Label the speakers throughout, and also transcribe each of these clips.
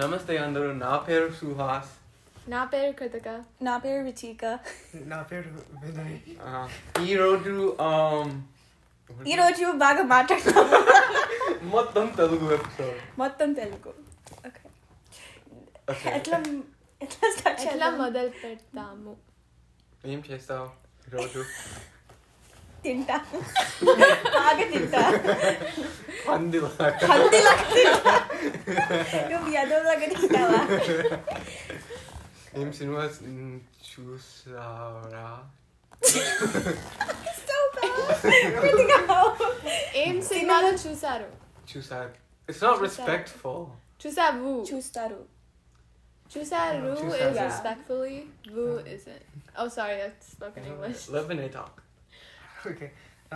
Speaker 1: నమస్తే అందరూ నా పేరు సుహాస్
Speaker 2: నా పేరు కృతిక
Speaker 3: నా పేరు రిచిక
Speaker 4: నా పేరు వినయ్
Speaker 1: ఈరోజు
Speaker 3: ఈ రోజు బాగా మాట్లాడుతాం
Speaker 1: మొత్తం తెలుగు ఎపిసోడ్
Speaker 3: మొత్తం తెలుగు Okay. ఎట్లా ఎట్లా స్టార్ట్
Speaker 2: ఎట్లా
Speaker 3: చేద్దాం
Speaker 2: మొదలు పెడతాము
Speaker 1: ఏం చేస్తావు ఈరోజు
Speaker 3: తింటా బాగా తింటా
Speaker 1: అందులో
Speaker 3: హల్దీ లాగా నువ్వు యదవ్ లాగా తింటావా
Speaker 1: ఏం సినిమా చూసారా
Speaker 3: So bad. కృతిక, how?
Speaker 2: ఏం సినిమాలో చూసారు
Speaker 1: చూసారు ఇట్స్ నాట్ రెస్పెక్ట్ఫుల్
Speaker 2: చూసావు
Speaker 3: చూస్తారు
Speaker 2: చూసారు
Speaker 1: Chusaru.
Speaker 2: is respectfully woo isn't oh sorry I spoke
Speaker 1: Uh,
Speaker 2: in English
Speaker 1: love in talk
Speaker 4: okay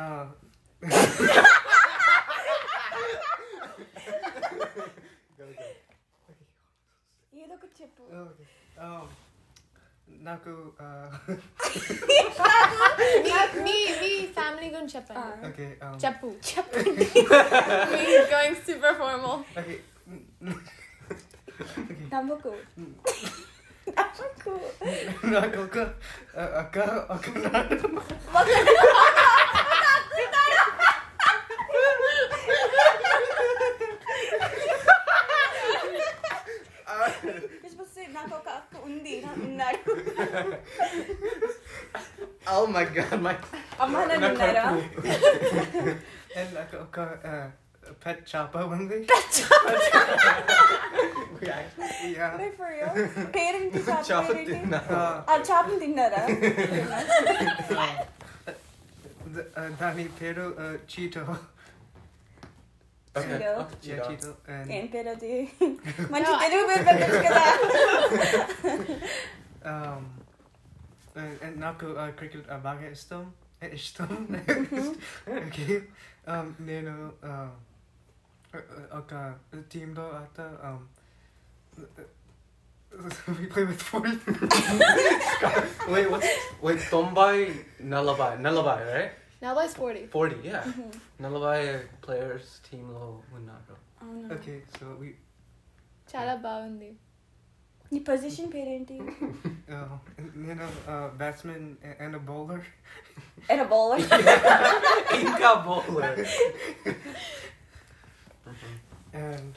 Speaker 4: Um,
Speaker 3: ఏదో ఒకటి చెప్పు
Speaker 4: నాకు
Speaker 2: మీ- మీ మీ ఫ్యామిలీ గురించి చెప్పండి
Speaker 4: ఓకే
Speaker 1: Uh,
Speaker 2: చెప్పు
Speaker 3: చెప్పండి
Speaker 2: గోయింగ్ సూపర్ ఫార్మల్
Speaker 4: ఓకే
Speaker 3: నమ్మకు నమ్మకు
Speaker 4: నాకు ఒక అక్క ఒక
Speaker 3: You're supposed to say, నాకు ఒక అక్క ఉంది నా- ఉన్నాడు
Speaker 1: Oh my god, my
Speaker 3: అమ్మ నన్ను ఉన్నారా
Speaker 4: నాకు ఒక పెట్ చాప ఉంది
Speaker 3: Wait for you. పేరేంటి చాప
Speaker 1: చాప
Speaker 3: పేరేంటి?
Speaker 1: తిన్నా
Speaker 3: ఆ చాపను తిన్నారా
Speaker 4: uh, దాని పేరు చీటో
Speaker 1: Okay.
Speaker 3: Cheeto.
Speaker 1: okay, Cheeto.
Speaker 4: చీటో
Speaker 3: ఏం పేరు అది మంచి తెలుగు పేరు పెట్టచ్చు కదా
Speaker 4: Um, and, and Naku uh, cricket uh, baga istom eh, istom okay um nenu um okay team do ata um we play with four
Speaker 1: Wait, what's wait? Tombai Nalabai, Nalabai, right?
Speaker 2: now by sporty
Speaker 1: Forty, yeah.
Speaker 3: Mm-hmm.
Speaker 1: Nalabai players team low Munago.
Speaker 4: okay so we
Speaker 2: చాలా బాగుంది
Speaker 3: నీ position పేరేంటి
Speaker 4: uh, nenu uh, batsman a- and a bowler
Speaker 3: and bowler
Speaker 1: Inca bowler.
Speaker 4: and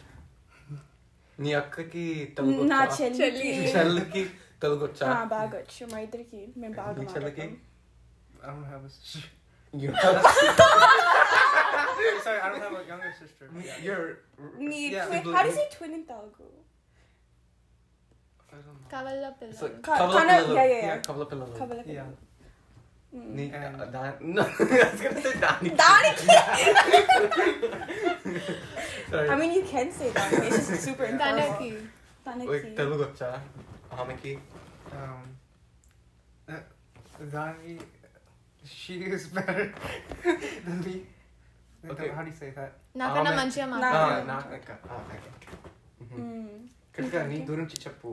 Speaker 1: నీ అక్కకి తెలుగు
Speaker 3: నా
Speaker 1: వచ్చా?
Speaker 3: చెల్లి
Speaker 1: నీ చెల్లికి తెలుగు వచ్చా
Speaker 3: ఆ, బాగా వచ్చు మా ఇద్దరికి మేము బాగా
Speaker 1: నీ చెల్లికి
Speaker 3: మాట్లాడతాం.
Speaker 4: I don't have a sister
Speaker 1: You-
Speaker 4: sorry I don't have a younger sister
Speaker 1: you're
Speaker 3: నీ
Speaker 4: Yeah,
Speaker 3: twin-
Speaker 1: sibling.
Speaker 3: how do you say twin in Telugu?
Speaker 4: I don't know
Speaker 2: కవల్ల
Speaker 1: it's like
Speaker 2: పిల్ల
Speaker 3: Ka-
Speaker 1: కవల
Speaker 3: kana-
Speaker 1: పిల్లలు.
Speaker 3: yeah, yeah, yeah.
Speaker 1: Yeah, కవల పిల్లలు.
Speaker 3: కబల
Speaker 4: yeah
Speaker 3: Hmm.
Speaker 1: నీ
Speaker 4: And-
Speaker 1: the- uh, no, I was gonna say దాని.
Speaker 3: దానికి
Speaker 1: Sorry.
Speaker 3: I mean you can say that. It's just super
Speaker 2: తనకి
Speaker 3: informal.
Speaker 1: Wait,
Speaker 3: తనకి
Speaker 1: తెలుగు వచ్చా ఆమెకి
Speaker 4: um uh, Dani, she is better than me.
Speaker 1: Okay.
Speaker 4: How do you say that?
Speaker 2: నాకన్నా
Speaker 1: ఆమె-
Speaker 2: మంచిగా
Speaker 1: ఆ,
Speaker 2: మాట్లాడు
Speaker 3: నాకు-
Speaker 1: నాకు అక్క. ఆ, నాకు అక్క. Mm-hmm.
Speaker 3: Mm.
Speaker 1: కృతిక నీ గురించి చెప్పు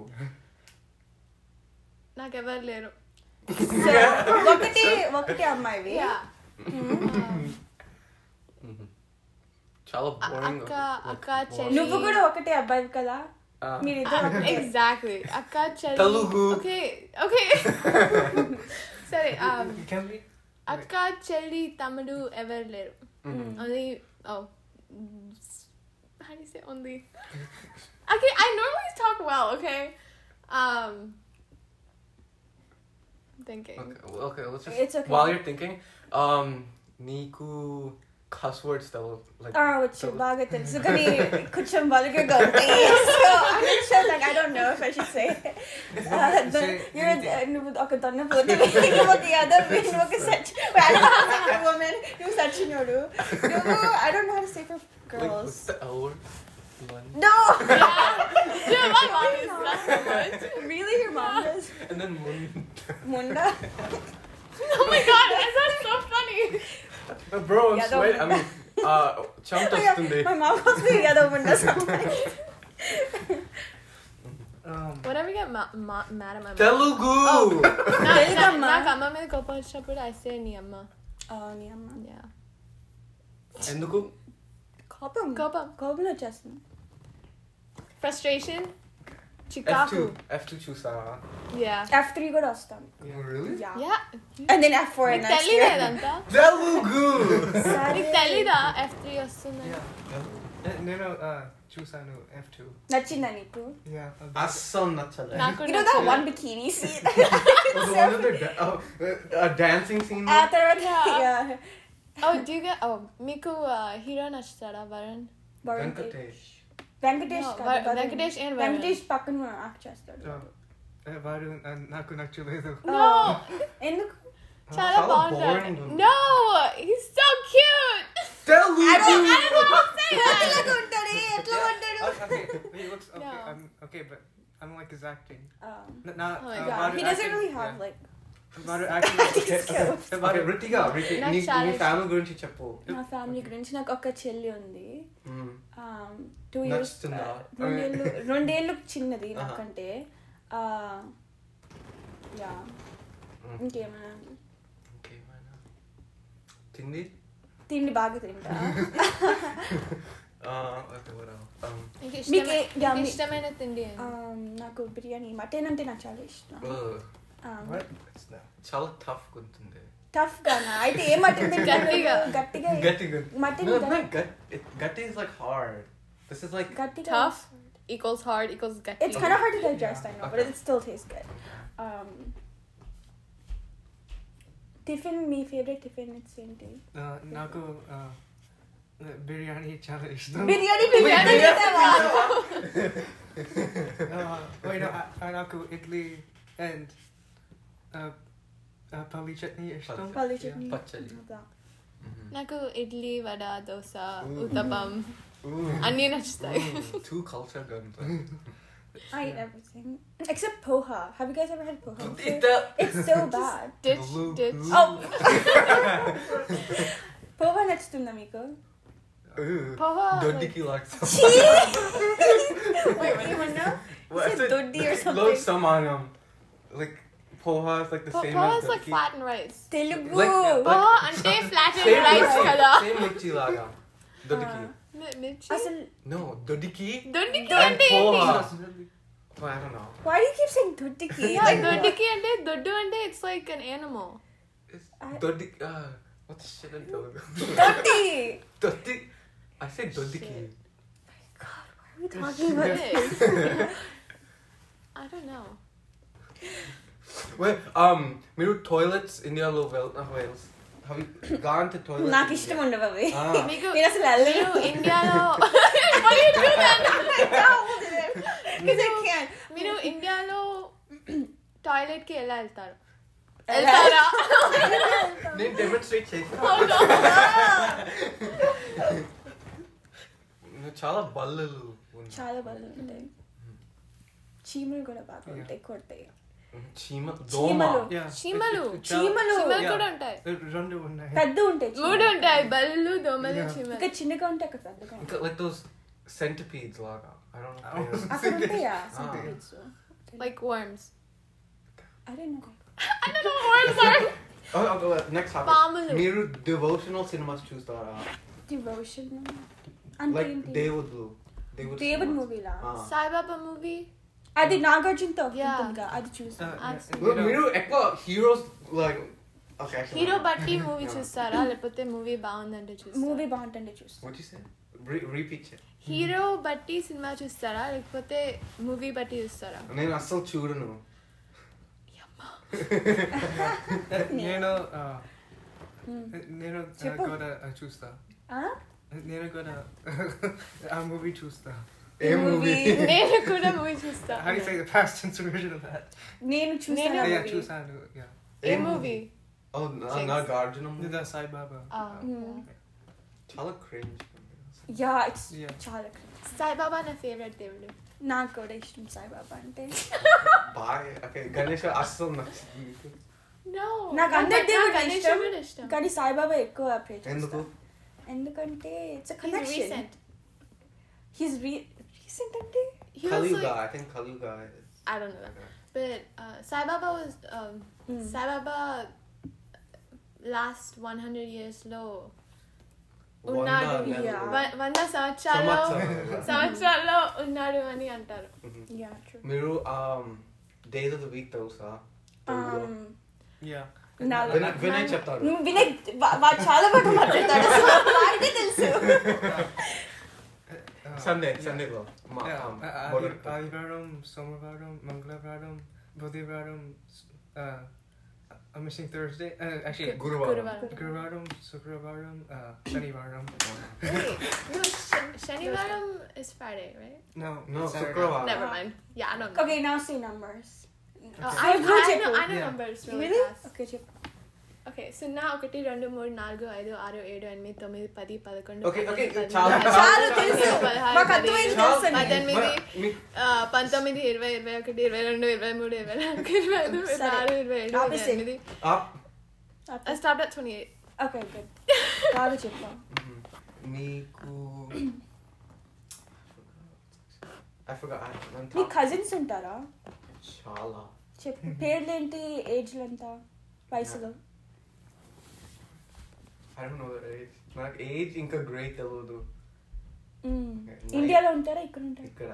Speaker 2: నాకెవరు లేరు
Speaker 3: So, ఒకటి ఒకటి అమ్మాయివి
Speaker 2: Yeah. Um,
Speaker 1: చాలా
Speaker 2: అ-
Speaker 1: Mm-hmm. boring.
Speaker 2: అక్క
Speaker 1: Like,
Speaker 2: అక్క
Speaker 1: boring. Uh,
Speaker 2: చెల్లి
Speaker 3: నువ్వు కూడా ఒకటే అబ్బాయి కదా
Speaker 1: ఆ,
Speaker 3: మీరిద్దరు
Speaker 2: Ah,
Speaker 3: ఒకటే.
Speaker 2: ఎగ్జాక్ట్లీ అక్క చెల్లి
Speaker 1: Telugu.
Speaker 2: ఓకే ఓకే సరే um,
Speaker 4: You can be?
Speaker 2: అక్క చెల్లి తమ్ముడు ఎవరు లేరు
Speaker 1: mhm.
Speaker 3: Mm.
Speaker 2: Only oh say only okay I normally talk well okay Um, thinking
Speaker 1: Okay, well, okay, let's just.
Speaker 3: It's okay.
Speaker 1: While you're thinking, um, Niku cuss words that will like.
Speaker 3: ఆ, వచ్చు బాగా తెలుసు కానీ కొంచెం బలుగగా ఉంటాయి So, I'm not sure, like, I don't know if I should say. Uh, the-
Speaker 4: Say
Speaker 3: you're a-
Speaker 4: anything.
Speaker 3: నువ్వు ఒక దొన్న పోతే నువ్వు the other way, నువ్వు ఒక such- Wait, I don't know how to say woman, నువ్వు సచ్చినోడు నువ్వు I don't know how to say for
Speaker 1: like
Speaker 3: girls.
Speaker 1: what's the L word? One.
Speaker 3: No!
Speaker 2: Dude, my mom is not so much.
Speaker 3: Really, your mom does?
Speaker 1: And then Mun.
Speaker 3: Munda?
Speaker 2: Oh my god, is that so funny?
Speaker 1: Uh, bro, I'm
Speaker 3: Yeah, that
Speaker 1: sweating. I mean, uh,
Speaker 3: Oh,
Speaker 1: Chamtas
Speaker 3: yeah,
Speaker 1: Tunde.
Speaker 3: My mom calls me the other Munda sometimes.
Speaker 4: Um,
Speaker 2: Whenever you get ma- ma- mad at my mom.
Speaker 1: Telugu!
Speaker 3: Oh.
Speaker 2: నా- నా-
Speaker 3: తెలుగమ్మా.
Speaker 2: నాకు అమ్మ మీద కోపం వచ్చినప్పుడు I say నీ అమ్మ
Speaker 3: Oh, నీ అమ్మ.
Speaker 2: Yeah.
Speaker 1: Enduku?
Speaker 3: కోపం
Speaker 2: కోపం
Speaker 3: కోపంలో వచ్చేస్తుంది
Speaker 2: Frustration? Chikaku.
Speaker 1: F2. F2 చూసావా
Speaker 2: Yeah.
Speaker 3: F3 కూడా వస్తాం
Speaker 1: Oh, really?
Speaker 3: Yeah.
Speaker 2: Yeah.
Speaker 3: And then F4
Speaker 2: నీకు
Speaker 3: next year.
Speaker 2: తెలియలేదంతా
Speaker 1: Telugu!
Speaker 3: Sorry.
Speaker 2: నీకు తెలీదా ఎఫ్ త్రీ వస్తుందని
Speaker 4: Yeah. Eh, నేను చూసాను ఎఫ్ టూ
Speaker 3: నచ్చిందా నీకు
Speaker 4: Yeah. a bit.
Speaker 1: అస్సలు నచ్చలే
Speaker 2: నాకు
Speaker 3: You know that one bikini scene?
Speaker 1: Oh, the one with the da- oh, uh, uh, dancing scene?
Speaker 3: ఆ తర్వాత
Speaker 2: Yeah.
Speaker 3: yeah.
Speaker 2: ఓ డ్యూగా ఓ మీకు హీరో నచ్చుతాడా వరుణ్
Speaker 3: వరుణ్ తేజ్.
Speaker 1: వెంకటేష్
Speaker 3: వెంకటేష్
Speaker 2: No,
Speaker 3: కాదు,
Speaker 2: Var-
Speaker 3: Varun.
Speaker 2: Venkatesh and Varun.
Speaker 3: Venkatesh పక్కన యాక్ట్ చేస్తాడు
Speaker 4: Oh. Eh, వాడు ఆ, నాకు నచ్చలేదు
Speaker 2: No,
Speaker 3: Oh. ఎందుకు
Speaker 2: చాలా
Speaker 1: చాలా
Speaker 2: బాగుంటాడు
Speaker 1: boring.
Speaker 2: No, he's so cute.
Speaker 1: Telugu!
Speaker 3: ఎట్లాగ ఉంటాడు ఎట్లా ఉంటాడు
Speaker 4: okay, he looks okay.
Speaker 2: No.
Speaker 4: I'm okay, but I'm like his acting.
Speaker 3: Um,
Speaker 4: N- not,
Speaker 2: Oh,
Speaker 4: uh,
Speaker 2: yeah.
Speaker 3: yeah,
Speaker 4: about
Speaker 3: he
Speaker 4: her
Speaker 3: doesn't
Speaker 4: acting,
Speaker 3: really
Speaker 4: yeah.
Speaker 3: have like
Speaker 4: About her acting, okay, okay. About
Speaker 1: Okay,
Speaker 4: her-
Speaker 1: Ritika, Ritika,
Speaker 2: Not
Speaker 1: నీ నీ
Speaker 2: challenge.
Speaker 1: Family గురించి చెప్పు
Speaker 3: నా family గురించి నాకు ఒక చెల్లి ఉంది
Speaker 1: Mm.
Speaker 3: Um, టూ ఇయర్స్
Speaker 1: నచ్చుతుందా?
Speaker 3: uh, రెండేళ్ళు రెండేళ్ళు చిన్నది
Speaker 1: Uh-huh.
Speaker 3: నాకంటే Uh, యా
Speaker 1: Mm.
Speaker 3: ఇంకేమైనా
Speaker 1: Okay, why not? తిండి
Speaker 3: తిండి బాగా తింటా
Speaker 1: Uh, okay, what else? Um,
Speaker 2: నీకు
Speaker 3: మీకు
Speaker 2: ఇష్టమే-
Speaker 3: ఏ- yeah,
Speaker 2: నీకు
Speaker 3: మీ-
Speaker 2: ఇష్టమైన తిండి ఏంది?
Speaker 3: Um, నాకు బిర్యానీ మటన్ అంటే నాకు చాలా ఇష్టం Um,
Speaker 1: ugh, చాలా టఫ్ గుంటుంది
Speaker 3: టఫ్ గానా అయితే ఏ మటన్
Speaker 2: గట్టిగా.
Speaker 3: తింటా గట్టిగా
Speaker 1: గట్టి గుంటుంది
Speaker 3: mutton
Speaker 1: No, it's not gut. It, gut is like hard. This is like
Speaker 3: గట్టిగా
Speaker 2: Tough equals hard equals gutty.
Speaker 3: It's kind of hard to digest, I know, but
Speaker 1: Okay.
Speaker 3: it still tastes good. Um, tiffin, my favorite tiffin, it's same thing.
Speaker 4: Uh, నాకు uh, biryani చాలా ఇష్టం
Speaker 3: Biryani,
Speaker 2: biryani
Speaker 3: biryani, biryani.
Speaker 4: Uh, wait, no, I- I- నాకు idli and పల్లి చట్నీ ఇష్టం
Speaker 1: Pali-
Speaker 3: Pali chutney.
Speaker 1: Pachadi.
Speaker 3: Okay.
Speaker 1: Mhm.
Speaker 2: నాకు idli vada dosa
Speaker 1: Ooh.
Speaker 2: Uttapam
Speaker 1: Ooh.
Speaker 2: అన్నీ నచ్చుతాయి
Speaker 1: Ooh, two culture guns.
Speaker 3: I eat everything except poha. Have you guys ever had poha?
Speaker 1: It,
Speaker 3: before?
Speaker 1: the,
Speaker 3: It's so bad.
Speaker 2: డిచ్
Speaker 1: Blue,
Speaker 2: డిచ్
Speaker 1: blue.
Speaker 3: Oh. poha నచ్చుతుందా మీకు
Speaker 1: ooh,
Speaker 2: Poha, like-
Speaker 1: Dodiki like
Speaker 3: Chee! Wait, what do you want now?
Speaker 1: What
Speaker 3: said
Speaker 1: is it?
Speaker 3: Doddi or
Speaker 1: It's
Speaker 3: something.
Speaker 1: Low samanam. Like poha is like the same
Speaker 2: poha
Speaker 1: as
Speaker 2: is like
Speaker 1: Dodiki.
Speaker 2: Flat and rice
Speaker 3: Telugu.
Speaker 1: Like- like-
Speaker 2: poha అంటే flat
Speaker 1: Same
Speaker 2: and rice
Speaker 1: with-
Speaker 2: కదా
Speaker 1: Same with chilaga. Dodiki.
Speaker 3: Ah.
Speaker 2: మిర్చి
Speaker 3: అసలు
Speaker 1: No, Dodiki.
Speaker 2: దొడ్డికి
Speaker 1: And
Speaker 2: అంటే
Speaker 1: poha.
Speaker 2: ఏంటి
Speaker 1: Oh, I don't know.
Speaker 3: why do you keep saying దొడ్డికి
Speaker 2: Yeah, దొడ్డికి అంటే దొడ్డు అంటే it's like an animal
Speaker 1: It's
Speaker 3: I-
Speaker 1: Dodiki. Uh, what the shit in Telugu?
Speaker 3: దొడ్డి
Speaker 1: Doddi. I said Dodiki.
Speaker 2: Shit.
Speaker 3: God, why are we talking about this?
Speaker 2: I don't know.
Speaker 1: Wait, um, Miru toilets India low well, uh, Wales. Have you gone to toilets?
Speaker 3: నాకు
Speaker 1: in
Speaker 3: ఇష్టం
Speaker 1: India?
Speaker 3: ఉండవు అవి
Speaker 1: Ah.
Speaker 2: మీకు
Speaker 3: నేను అసలు వెళ్ళను
Speaker 2: మీరు ఇండియాలో Why you do that?
Speaker 3: Because I can't.
Speaker 2: మీరు ఇండియాలో టాయిలెట్ కి ఎలా వెళ్తారు
Speaker 3: ఎలా?
Speaker 2: వెళ్తారా
Speaker 1: నేను డెమోన్స్ట్రేట్ చేశాను నువ్వు చాలా బల్లలు ఉన్నాయి.
Speaker 3: చాలా బలం ఉంటాయి
Speaker 1: Mm.
Speaker 3: చీమలు కూడా బాగా ఉంటాయి కొడతాయి
Speaker 1: చీమ దోమ
Speaker 3: చీమలు
Speaker 4: Yeah.
Speaker 2: చీమలు
Speaker 3: చీమలు.
Speaker 2: చీమలు
Speaker 4: Yeah.
Speaker 2: కూడా ఉంటాయి
Speaker 4: Uh, రెండు ఉన్నాయి
Speaker 3: పెద్ద ఉంటాయి చీమలు.
Speaker 2: మూడు ఉంటాయి బల్లు దోమలు
Speaker 4: Yeah.
Speaker 3: ఇంకా
Speaker 2: చీమలు
Speaker 3: చిన్నగా ఉంటే అక్కడ పెద్దగా ఉంటాయి.
Speaker 1: ఇంకా లైక్ దోస్ సెంటిపీడ్స్ లాగా ఐ డోంట్ నో
Speaker 3: అక్కడ ఉంటాయా
Speaker 1: Ah.
Speaker 3: centipedes?
Speaker 2: Like worms
Speaker 3: I don't know.
Speaker 2: Worms are
Speaker 1: Ah. Oh, next
Speaker 2: పాములు.
Speaker 1: మీరు డివోషనల్ సినిమాస్ చూస్తారా
Speaker 3: Devotion. అంటే
Speaker 1: లైక్
Speaker 3: ఏంటి?
Speaker 1: దేవుడు
Speaker 3: దేవుడి మూవీలా
Speaker 1: Ah.
Speaker 2: సాయిబాబా మూవీ
Speaker 3: అది నాగార్జున తో
Speaker 2: Yeah.
Speaker 3: అది చూసా
Speaker 4: Uh,
Speaker 2: I've
Speaker 4: yeah,
Speaker 2: seen
Speaker 4: you know,
Speaker 1: మీరు ఎక్కువ హీరోస్ లైక్ ఓకే
Speaker 2: హీరో బట్టి మూవీ చూస్తారా లేకపోతే మూవీ బాగుందంటే
Speaker 3: మూవీ
Speaker 2: చూస్తారా
Speaker 3: బాగుంటుండే చూసా
Speaker 1: What you say? Re- repeat it.
Speaker 2: Hero బట్టి సినిమా చూస్తారా లేకపోతే మూవీ బట్టి చూస్తారా
Speaker 1: నేను అస్సలు చూడను
Speaker 4: eh, నేను uh,
Speaker 3: Hmm.
Speaker 4: eh, నేను uh,
Speaker 3: Chippu.
Speaker 4: కూడా uh, చూస్తా
Speaker 3: Ah?
Speaker 4: Eh, నేను కూడా ఆ మూవీ చూస్తా
Speaker 1: ఏ మూవీ
Speaker 3: Movie.
Speaker 2: నేను కూడా మూవీ చూస్తా
Speaker 4: How do you say the past tense version of that?
Speaker 3: నేను చూసాను
Speaker 2: నేను-
Speaker 3: ఆ
Speaker 4: Yeah,
Speaker 3: movie.
Speaker 4: చూసాను. Yeah.
Speaker 2: ఏ మూవీ
Speaker 1: ఓ
Speaker 2: Jinx.
Speaker 1: Nagarjuna
Speaker 4: Did that Sai Baba.
Speaker 3: Hmm.
Speaker 1: చాలా క్రేజ్
Speaker 3: Yeah, it's
Speaker 4: Yeah.
Speaker 3: చాలా great.
Speaker 2: సాయిబాబా నా ఫేవరెట్ దేవుడు
Speaker 3: నాకు కూడా ఇష్టం సాయిబాబా అంటే
Speaker 1: బాగా ఓకే గణేష్ అస్సలు నచ్చింది
Speaker 2: No.
Speaker 3: నాకు అందరి
Speaker 2: నాకు
Speaker 3: దేవుడు
Speaker 2: గణేష్
Speaker 3: ఇష్టం
Speaker 2: దేవుడు ఇష్టం
Speaker 3: కానీ సాయిబాబా ఎక్కువ pray చేస్తా.
Speaker 1: ఎందుకు
Speaker 3: ఎందుకంటే it's connection
Speaker 2: recent
Speaker 3: his recent అంటే
Speaker 2: he was
Speaker 1: Kaliyuga I think Kaliyuga
Speaker 2: I don't know But uh, Sai Baba was um, uh,
Speaker 3: Mm.
Speaker 2: Sai Baba last 100 years low. ఉన్నాడు.
Speaker 1: వంద నెలలు.
Speaker 3: Yeah.
Speaker 2: వ- వంద సంవత్సరాలు
Speaker 1: సంవత్సరాలు.
Speaker 2: సంవత్సరాల్లో ఉన్నాడు అని అంటారు
Speaker 1: Mhm.
Speaker 3: Yeah, true.
Speaker 1: మీరు um, days of the week తెలుసా
Speaker 4: Hmm.
Speaker 1: తెలుగులో?
Speaker 3: Um,
Speaker 4: Yeah. Uh,
Speaker 3: Nala.
Speaker 1: Vinay- Vinay చెప్తాడు
Speaker 3: నువ్వు వినయ్ వా- వాడు చాలా బాగా మాట్లాడతాడు అసలు వాడికే తెలుసు
Speaker 4: Uh,
Speaker 1: సండే
Speaker 4: yeah.
Speaker 1: సండేలో మా
Speaker 4: Yeah,
Speaker 1: um,
Speaker 4: uh, uh,
Speaker 1: border-
Speaker 4: Adi- ఆదివారం సోమవారం మంగళవారం బుధవారం uh, మిస్సింగ్ థర్స్డే యాక్చువల్లీ
Speaker 1: గురువారం
Speaker 2: గురువారం
Speaker 4: గురువారం శుక్రవారం uh, శనివారం
Speaker 2: No, sh- శనివారం is Friday right
Speaker 4: No,
Speaker 1: No,
Speaker 4: Saturday.
Speaker 1: శుక్రవారం.
Speaker 2: Never
Speaker 3: Uh-huh.
Speaker 2: Mind yeah no
Speaker 3: okay నా see numbers
Speaker 1: Oh,
Speaker 2: I
Speaker 3: I'll go check
Speaker 2: no I know
Speaker 4: Yeah.
Speaker 2: Numbers
Speaker 3: really okay చెప్పు
Speaker 2: okay సున్నా ఒకటి రెండు మూడు నాలుగు ఐదు ఆరు ఏడు ఎనిమిది తొమ్మిది పది పదకొండు
Speaker 1: Okay, okay,
Speaker 2: పదిహేను,
Speaker 1: చాలా.
Speaker 2: పదిహేను,
Speaker 3: చాలా
Speaker 2: పదిహేను,
Speaker 3: తెలుసు.
Speaker 2: పదహారు,
Speaker 3: మాకు
Speaker 2: పదిహేను,
Speaker 3: అర్థమైంది
Speaker 1: చాలా.
Speaker 3: తెలుసు అని.
Speaker 2: పద్దెనిమిది
Speaker 1: మన- మీ-
Speaker 2: ఆ, పంతొమ్మిది ఇరవై ఇరవై ఒకటి ఇరవై రెండు ఇరవై మూడు ఇరవై నాలుగు ఇరవై ఐదు ఇరవై
Speaker 3: సరే.
Speaker 2: ఆరు ఇరవై ఏడు ఇరవై
Speaker 3: ఆపేసేయ్.
Speaker 2: ఎనిమిది
Speaker 1: ఆప్-
Speaker 2: stop at twenty eight
Speaker 3: okay good బాగా చెప్పాం
Speaker 1: Mhm. మీకు mm-hmm. I forgot. I forgot.
Speaker 3: మీ కజిన్స్ ఉంటారా
Speaker 1: చాలా
Speaker 3: చెప్పు పేర్లు ఏంటి ఏజ్లు ఎంత వయసులో
Speaker 1: I don't know their age. నాకు age ఇంకా గ్రేట్ తెలియదు
Speaker 3: మ్మ్.
Speaker 1: Okay,
Speaker 3: ఇండియాలో ఉంటారా ఇక్కడ ఉంటారా
Speaker 1: ఇక్కడ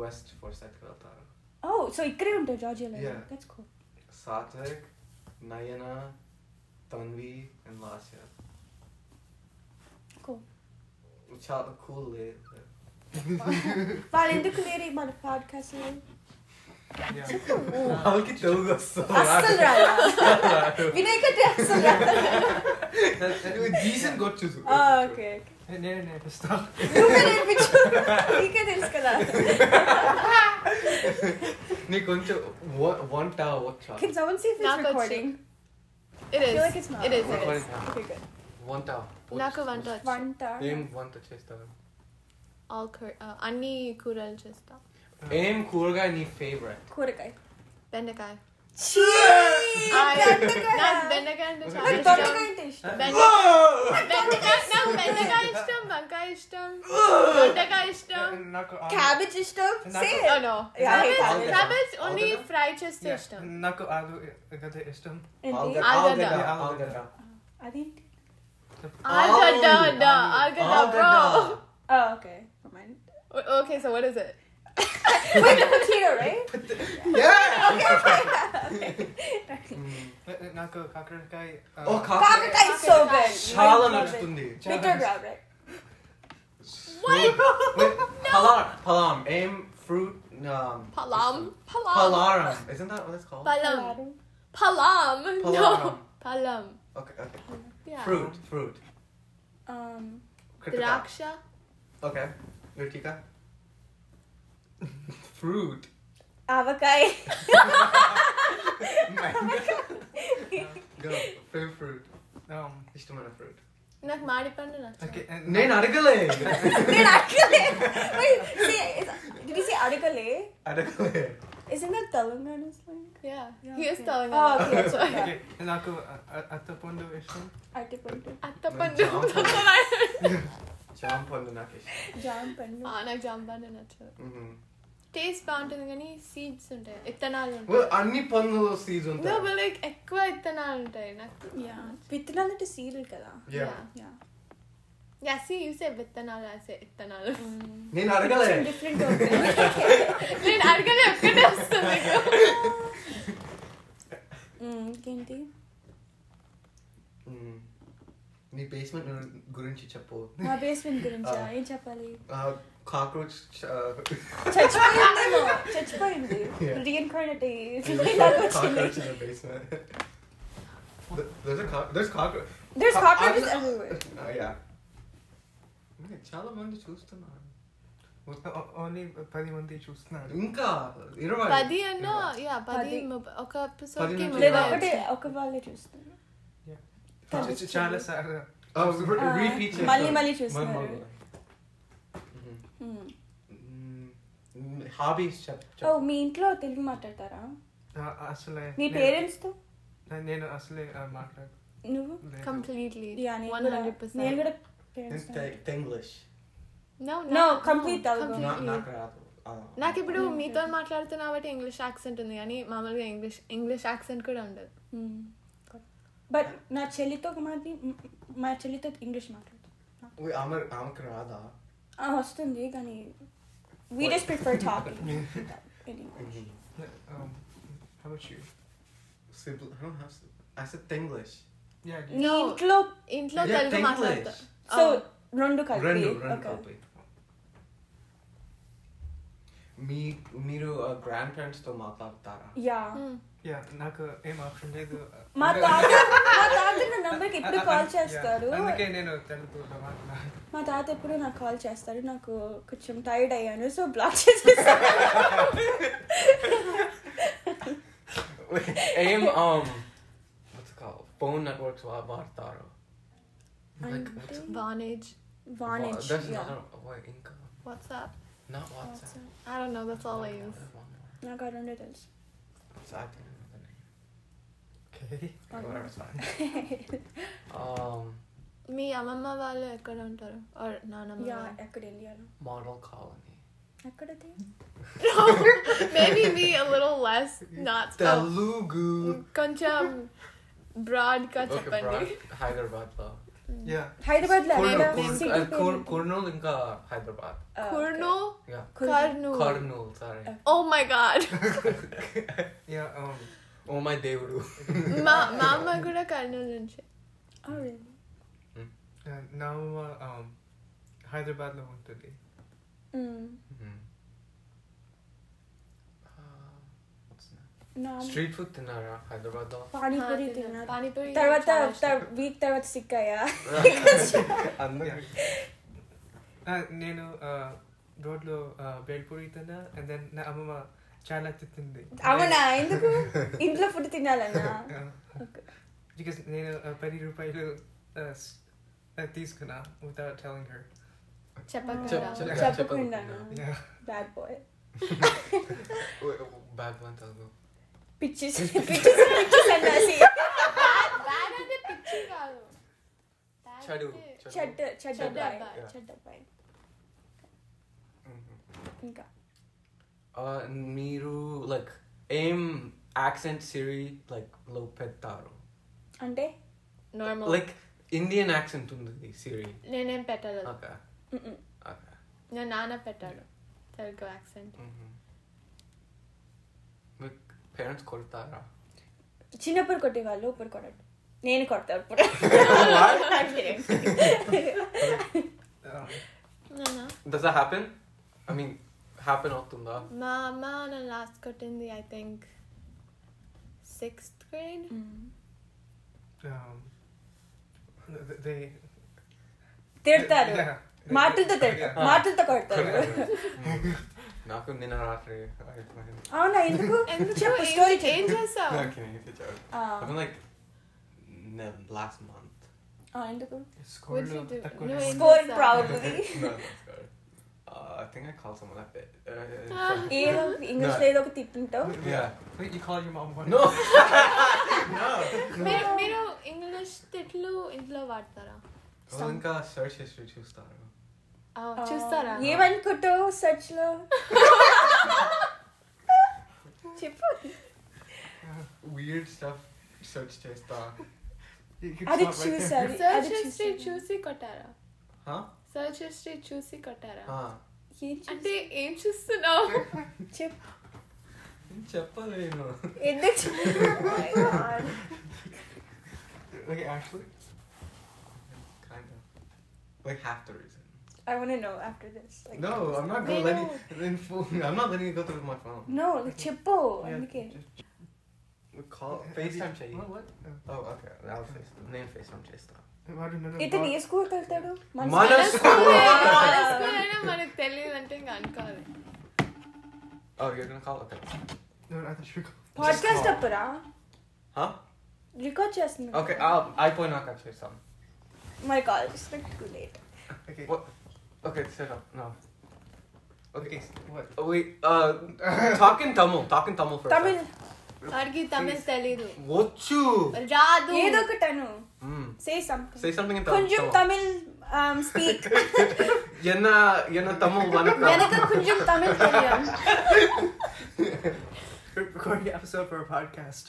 Speaker 1: వెస్ట్ ఫోర్ సైడ్కి వెళ్తారు
Speaker 3: ఓ సో ఇక్కడే ఉంటారు జార్జియాలో
Speaker 1: Yeah.
Speaker 3: That's cool
Speaker 1: Satvik Nayana Tanvi and Lasya
Speaker 3: cool
Speaker 1: చాలా కూల్
Speaker 3: వాళ్ళు ఎందుకు లేరు మన పాడ్కాస్ట్
Speaker 4: Yeah.
Speaker 1: వాళ్ళకి తెలుగు
Speaker 3: అస్సలు రాదా వినాయకటి అస్సలు రాదా
Speaker 1: డీసెంట్ గొచ్చు
Speaker 3: Oh, ఓకే
Speaker 4: నేను నేర్పిస్తా
Speaker 3: నువ్వే నేర్పించు నీకే తెలుసు కదా
Speaker 1: నీ కొంచెం వంట వచ్చా
Speaker 3: Can someone see if it's
Speaker 2: నాకు వచ్చి-
Speaker 3: recording?
Speaker 2: It
Speaker 3: I feel like it's
Speaker 2: is
Speaker 3: not.
Speaker 2: It is it is
Speaker 3: Okay, good.
Speaker 1: వంట
Speaker 2: నాకు వంట వచ్చు
Speaker 3: వంట.
Speaker 1: ఏం వంట చేస్తారు
Speaker 2: ఆల్ uh, అన్ని కూరలు చేస్తా
Speaker 1: ఏం కూరగాయ నీ ఫేవరెట్
Speaker 3: కూరగాయ.
Speaker 2: బెండకాయ
Speaker 3: చీ, దొండకాయ.
Speaker 2: నాకు బెండకాయ అంటే చాలా
Speaker 3: నాకు
Speaker 2: ఇష్టం
Speaker 3: దొండకాయ అంటే ఇష్టం.
Speaker 2: బెండకాయ బెండకాయ నాకు బెండకాయ ఇష్టం వంకాయ ఇష్టం దొండకాయ ఇష్టం
Speaker 4: నాకు ఆలు-
Speaker 3: Cabbage ఇష్టం.
Speaker 4: నాకు-
Speaker 3: Say
Speaker 2: Oh
Speaker 3: it.
Speaker 2: no.
Speaker 3: Yeah, I hate
Speaker 2: Cabbage,
Speaker 1: algada.
Speaker 2: cabbage only
Speaker 1: Algada?
Speaker 2: fry చేస్తే
Speaker 4: Yeah, uh,
Speaker 2: ఇష్టం.
Speaker 4: నాకు ఆలు కదా ఇష్టం
Speaker 3: ఏంటి?
Speaker 2: Algada.
Speaker 1: ఆల్గడ్డ
Speaker 3: అదేంటి?
Speaker 2: Algada, da, algada, bro.
Speaker 3: Oh, okay. Never mind.
Speaker 2: O- Okay, so what is it?
Speaker 3: Wait, the potato, right?
Speaker 4: Uh, నాకు కాకరకాయ ఆ,
Speaker 1: ఓ కాకరకాయ
Speaker 3: Kaakakai is so good.
Speaker 1: చాలా
Speaker 3: Really love it.
Speaker 1: నచ్చుతుంది
Speaker 4: చాలా
Speaker 3: Bitter ground, right?
Speaker 2: What?
Speaker 1: Wait, palar, palam, aim, fruit, um,
Speaker 2: Palam. Palam.
Speaker 1: palaram. Isn't that what it's called?
Speaker 2: Palam. Palam. No.
Speaker 1: Palaram.
Speaker 2: Palam.
Speaker 1: Okay, okay.
Speaker 2: Yeah.
Speaker 1: Fruit, fruit.
Speaker 3: Um,
Speaker 1: Critica.
Speaker 2: Draksha.
Speaker 1: Okay, Ritika. fruit.
Speaker 3: avocado.
Speaker 1: Mango. Go, favorite fruit.
Speaker 4: um,
Speaker 1: ఇష్టమైన fruit.
Speaker 2: నాకు మాడిపండు నచ్చదు.
Speaker 4: okay, uh, and
Speaker 1: నేను అడగలే
Speaker 3: Dude, అడగలే. Wait, say, is- did you say అడగలే?
Speaker 1: అడగలే
Speaker 3: Isn't that Telangana slang?
Speaker 2: Yeah.
Speaker 3: Yeah,
Speaker 2: He is
Speaker 3: okay.
Speaker 2: telling
Speaker 3: Oh,
Speaker 2: us.
Speaker 3: okay.
Speaker 2: That's why.
Speaker 3: Yeah.
Speaker 4: okay, uh, నాకు అత్తపండు ఇష్టం
Speaker 3: అరటిపండు,
Speaker 2: అత్తపండు
Speaker 1: Jam.
Speaker 2: తొక్కలాడు.
Speaker 1: జామ పండు నాకు ఇష్టం
Speaker 3: జామ పండు.
Speaker 2: ఆ, నాకు జాంపండు నచ్చదు
Speaker 1: Mhm.
Speaker 2: టేస్ట్ బాగుంటుంది కానీ సీడ్స్ ఉంటాయి విత్తనాలు ఉంటాయి
Speaker 1: Well, అన్ని పండ్లు season
Speaker 2: No, but like
Speaker 3: eh,
Speaker 2: ఎక్కువ విత్తనాలు ఉంటాయి నాకు
Speaker 3: Yeah. విత్తనాలు అంటే సీరియల్ కదా
Speaker 1: Yeah.
Speaker 3: Yeah.
Speaker 2: Yeah, see, you say విత్తనాలు I say విత్తనాలు
Speaker 3: Mm.
Speaker 1: నేను అడగలే
Speaker 3: Different
Speaker 2: నేను అడగలే ఒక్కటే వస్తుంది నాకు.
Speaker 3: Hmm, ఇంకేంటి
Speaker 1: Mhm. నీ బేస్మెంట్ గురించి చెప్పు
Speaker 3: మా బేస్మెంట్ గురించి
Speaker 1: Ah.
Speaker 3: ఏం చెప్పాలి
Speaker 1: కాక్రోచ్
Speaker 3: చచ్చిపోయిందేమో చచ్చిపోయింది
Speaker 1: Yeah.
Speaker 3: రీఇన్కార్నేట్
Speaker 1: cockroach in the basement. Th- There's a cock. There's cockroach.
Speaker 3: There's
Speaker 1: I-
Speaker 3: cockroaches
Speaker 1: I'm-
Speaker 3: everywhere.
Speaker 1: Oh yeah. Man, చాలా మంది చూస్తున్నారు
Speaker 4: ఓన్లీ పది మంది చూస్తున్నారు
Speaker 1: ఇంకా ఇరవై
Speaker 2: పది అన్న
Speaker 1: ఇరవై.
Speaker 2: యా పది
Speaker 3: పది.
Speaker 2: మొబ- ఒక ఎపిసోడ్
Speaker 1: పది
Speaker 2: కి
Speaker 1: నుంచి
Speaker 3: లేదా
Speaker 1: ah. Yeah.
Speaker 3: ఒకటే
Speaker 2: ఒకటి
Speaker 3: ఒక వాళ్ళే చూస్తున్నారు
Speaker 4: చ- చాలా సార్లు
Speaker 1: Oh, re-
Speaker 3: Ah,
Speaker 1: repeat
Speaker 3: మళ్ళీ మళ్ళీ
Speaker 1: yourself.
Speaker 3: చూస్తున్నారు. Hmm.
Speaker 1: మళ్ళీ మళ్ళీ. Mhm. Mm, Hobbies చెప్
Speaker 3: ఓ
Speaker 1: చెప్
Speaker 3: Oh, మీ ఇంట్లో తెలుగు మాట్లాడతారా
Speaker 4: ఆ, అసలే
Speaker 3: మీ
Speaker 4: నేను-
Speaker 3: పేరెంట్స్ తో
Speaker 4: నేను అసలే ఆ, మాట్లాడలేదు
Speaker 3: నువ్వు
Speaker 2: కంప్లీట్లీ
Speaker 3: Yeah, నేను
Speaker 2: వన్
Speaker 3: కూడా-
Speaker 2: హండ్రెడ్
Speaker 3: నేను
Speaker 2: పర్సెంట్
Speaker 3: కూడా parents
Speaker 1: English.
Speaker 2: No
Speaker 3: No, complete తెలుగు.
Speaker 1: నా- నాకు రాదు. Ah.
Speaker 2: నాకు ఇప్పుడు మీతో మాట్లాడుతున్నా కాబట్టి ఇంగ్లీష్ యాక్సెంట్ ఉంది కానీ మామూలుగా ఇంగ్లీష్ ఇంగ్లీష్ యాక్సెంట్ కూడా ఉండదు
Speaker 3: బట్ నా చెల్లితో మాది మా చెల్లితో ఇంగ్లీష్ మాట్లాడుతాను
Speaker 1: ఓయ్, ఆమె ఆమెకు రాదా
Speaker 3: ఆ, వస్తుంది కానీ we just prefer talking
Speaker 1: Mm-hmm.
Speaker 4: Um, how about you?
Speaker 1: Sibl- I don't have sibl- I said Tenglish.
Speaker 4: Yeah. do you-
Speaker 3: నీ
Speaker 2: No. Oh.
Speaker 3: ఇంట్లో
Speaker 2: ఇంట్లో
Speaker 1: Yeah,
Speaker 2: తెలుగు
Speaker 1: Tenglish.
Speaker 2: మాట్లాడతా
Speaker 3: సో రెండు కలిపి
Speaker 1: రెండు రెండు
Speaker 3: Okay.
Speaker 1: కలిపి. మీ మీరు గ్రాండ్ పేరెంట్స్ తో మాట్లాడతారా
Speaker 3: యా
Speaker 4: Yeah. నాకు ఏం option లేదు.
Speaker 3: మా తాత మా తాత నా నంబర్ కి ఎప్పుడు కాల్ చేస్తారు
Speaker 4: Yeah, అందుకే నేను తెలుగు మాట్లాడుతున్నా.
Speaker 3: మా తాత ఎప్పుడు నాకు కాల్ చేస్తారు నాకు కొంచెం టైర్డ్ అయ్యాను సో బ్లాక్ చేసేసాను
Speaker 1: ఏం um what's it called phone networks వా వాడతారు Like, what's-
Speaker 2: బానేజ్
Speaker 1: Wa-
Speaker 3: వానేజ్
Speaker 1: there's another word, ఇంకా
Speaker 2: WhatsApp
Speaker 1: not WhatsApp
Speaker 2: I don't know that's all I use
Speaker 1: There's one more.
Speaker 3: నాకు ఆ రెండే తెలుసు
Speaker 1: It's- I don't know the name.
Speaker 4: Okay.
Speaker 1: Whatever, it's fine. um
Speaker 2: మీ అమ్మమ్మ వాళ్ళు ఎక్కడ ఉంటారు ఆర్ నానమ్మ
Speaker 3: యా
Speaker 2: వాళ్ళు?
Speaker 3: ఎక్కడ ఇండియాలో
Speaker 1: model colony
Speaker 3: ఎక్కడది
Speaker 2: maybe be a little less not so
Speaker 1: Oh. Telugu
Speaker 2: కొంచెం broad గా
Speaker 1: okay
Speaker 2: చెప్పండి
Speaker 1: broad Hyderabad లో
Speaker 4: Yeah.
Speaker 3: హైదరాబాద్ లో
Speaker 1: Kurnool,
Speaker 3: ఎక్కడ
Speaker 1: Kurn-
Speaker 3: City
Speaker 1: uh,
Speaker 3: పేరు?
Speaker 1: Kurn- Kurnool ఇంకా Hyderabad
Speaker 3: Ah, okay.
Speaker 2: Kurnool
Speaker 1: yeah
Speaker 3: Kurnool.
Speaker 2: Kurnool
Speaker 1: Kurnool sorry
Speaker 2: oh my God
Speaker 4: Yeah. Um.
Speaker 1: oh my దేవుడు
Speaker 2: మా మా అమ్మ కూడా కర్నూల్ నుంచి
Speaker 3: Oh, really?
Speaker 4: Uh, now. Uh, um. Hyderabad లో ఉంటుంది.
Speaker 3: Mm.
Speaker 1: Mhm. Uh, what's the name?
Speaker 3: నా
Speaker 1: street food తిన్నారా హైదరాబాద్ లో
Speaker 3: పానీపూరి తిన్నాను
Speaker 2: పానీపూరి
Speaker 3: తర్వాత
Speaker 2: Ah, చాలా ఇష్టం.
Speaker 3: వీక్ తర్వాత సిక్ అయ్యా
Speaker 1: అందరూ
Speaker 4: Uh, నేను uh, రోడ్లో uh, బేల్పూరి తిన్నా and then నా అమ్మమ్మ చాలా తిట్టింది.
Speaker 3: అవునా ఎందుకు ఇంట్లో ఫుడ్ తినాలన్నా
Speaker 4: Uh,
Speaker 3: Okay.
Speaker 4: because నేను uh, పది రూపాయలు uh, s- uh, తీసుకున్నా without telling her.
Speaker 2: చెప్పకుండా
Speaker 1: చెప్- చెప్-
Speaker 4: Yeah.
Speaker 3: చెప్పకుండా
Speaker 4: Yeah.
Speaker 3: Bad boy
Speaker 1: Oh, bad one Telugu
Speaker 3: పిచ్చిస్ పిచ్చిస్ పిచ్చిస్ అన్నాసి
Speaker 2: Bad అంటే పిచ్చి కాదు Bad
Speaker 1: చెడు
Speaker 2: అంటే-
Speaker 3: చెడ్డ చెడ్డ
Speaker 2: చెడ్డ
Speaker 3: అబ్బాయి
Speaker 2: అబ్బాయి.
Speaker 3: చెడ్డ అబ్బాయి
Speaker 1: చెడు
Speaker 3: ఇంకా
Speaker 1: Uh, మీరు లైక్ ఏం యాక్సెంట్ సిరి లైక్ లో పెడతారు
Speaker 3: అంటే
Speaker 2: నార్మల్
Speaker 1: లైక్ ఇండియన్ యాక్సెంట్ ఉంది సిరి
Speaker 2: నేనేం పెట్టలేదు
Speaker 1: ఓకే
Speaker 3: Mm-mm.
Speaker 1: ఓకే
Speaker 2: నా నాన్న పెట్టాడు తెలుగు యాక్సెంట్
Speaker 1: Mm-hmm. మీకు పేరెంట్స్ కొడతారా
Speaker 3: చిన్నప్పుడు కొట్టేవాళ్ళు ఇప్పుడు కొట్టడు నేను కొడతా ఇప్పుడు I'm kidding.
Speaker 4: Um,
Speaker 1: Does that happen? I mean, happen అవుతుందా
Speaker 2: మా అమ్మ నన్ను లాస్ట్ కొట్టింది I think sixth grade
Speaker 3: Hmm.
Speaker 4: um, th- they.
Speaker 3: తిడతారు
Speaker 4: Yeah.
Speaker 3: మాటలతో తిడతారు మాటలతో కొడతారు
Speaker 1: నాకు నిన్న రాత్రి
Speaker 3: అవునా ఎందుకు చెప్పు స్టోరీ
Speaker 2: ఏం చేసావు
Speaker 3: Uh.
Speaker 1: లైక్ లాస్ట్ మంత్
Speaker 3: ఎందుకు
Speaker 2: What'd
Speaker 4: స్కూల్లో
Speaker 2: you do?
Speaker 4: తక్కువ
Speaker 2: No,
Speaker 4: నేను-
Speaker 2: in-
Speaker 3: score proudly
Speaker 1: I think I call some like
Speaker 3: ఏదో ఇంగ్లీష్ లో ఏదో ఒక తిట్టుంటావు
Speaker 1: Uh, Yeah.
Speaker 4: Wait, you call your mom what?
Speaker 1: No. no.
Speaker 2: మీరు మీరు ఇంగ్లీష్ తిట్లు ఇంట్లో వాడతారా
Speaker 1: Well, ఇంకా search history చూస్తారు.
Speaker 2: ఆ,
Speaker 3: Oh,
Speaker 2: Oh, చూస్తారా
Speaker 3: ఏమనుకుంటావు సెర్చ్ లో చెప్పు
Speaker 1: Weird stuff search uh, చేస్తా.
Speaker 4: You can
Speaker 3: అది
Speaker 4: stop right there.
Speaker 3: చూసారు
Speaker 2: సర్చ్
Speaker 3: అది
Speaker 2: హిస్టరీ
Speaker 3: చూసారు
Speaker 2: చూసి కొట్టారా
Speaker 1: Huh?
Speaker 2: సర్చ్ హిస్టరీ చూసి కొట్టారా
Speaker 1: ఆ.
Speaker 3: ఏం చూ-
Speaker 2: అంటే ఏం చూస్తున్నావు
Speaker 3: చెప్పు
Speaker 1: నేను చెప్పలేను.
Speaker 3: ఎందుకు చెప్పు? Oh my God.
Speaker 4: Okay, actually.
Speaker 1: Kind of. Like half the reason.
Speaker 3: I want to know after this. Like,
Speaker 1: No, I'm not gonna let you. In full, I'm not letting you go through my phone.
Speaker 3: No, like, చెప్పు
Speaker 4: Yeah,
Speaker 3: అందుకే
Speaker 4: just-
Speaker 1: We
Speaker 4: Oh,
Speaker 1: call FaceTime చేయి.
Speaker 4: Uh, What? What? Uh,
Speaker 1: Oh, okay. I'll FaceTime. నేను FaceTime చేస్తా.
Speaker 4: వాడు నన్ను
Speaker 3: ఇతను ఏ స్కూల్కి వెళ్తాడు మన
Speaker 1: మన
Speaker 3: school.
Speaker 1: school.
Speaker 2: మన స్కూల్ అయినా మనకు తెలియదు అంటే ఇంకా అనుకోవాలి
Speaker 1: Oh, you're gonna call? Okay.
Speaker 4: No, I thought you were calling.
Speaker 3: Podcast అప్పురా
Speaker 1: Huh?
Speaker 3: రికార్డ్ చేస్తున్నా
Speaker 1: Okay, I'll, అయిపోయినాక చేస్తాను.
Speaker 3: My call is like too late
Speaker 4: Okay.
Speaker 1: What? Okay, set up. No. Okay.
Speaker 4: What?
Speaker 1: Wait, uh, talk in Tamil. Talk in Tamil first.
Speaker 3: Tamil
Speaker 2: వాడికి తమిళ్ తెలీదు
Speaker 1: Vochu.
Speaker 2: రాదు
Speaker 3: ఏదో ఒకటి అను
Speaker 1: Mm.
Speaker 3: Say something
Speaker 1: Say something in Tamil.
Speaker 3: కొంచెం Tamil um, speak
Speaker 1: Yenna, yenna Tamil vanakkam.
Speaker 3: వెనక కొంచెం Tamil తెలియం
Speaker 4: We're recording an episode for a podcast.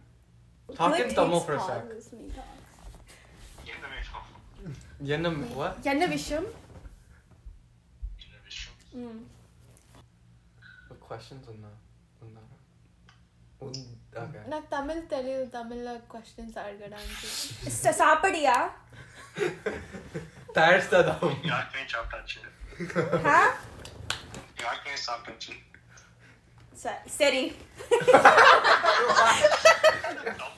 Speaker 1: Talk in Tamil for a sec.
Speaker 3: Please call this me.
Speaker 5: In the meantime,
Speaker 1: Yenam, what?
Speaker 2: ఎన్న విషయం
Speaker 5: చిన్న విషయం
Speaker 1: What questions on that? On that? Un- okay.
Speaker 2: నాకు తమిళ్ తెలియదు Tamil questions అడగడానికి
Speaker 3: స- సాపడియా
Speaker 1: That's the dumb.
Speaker 5: யாருக்குமே சாப்பிட்டாச்சு
Speaker 3: హా?
Speaker 5: யாருக்குமே சாப்பிட்டாச்சு
Speaker 3: స- సరి
Speaker 5: நம்ம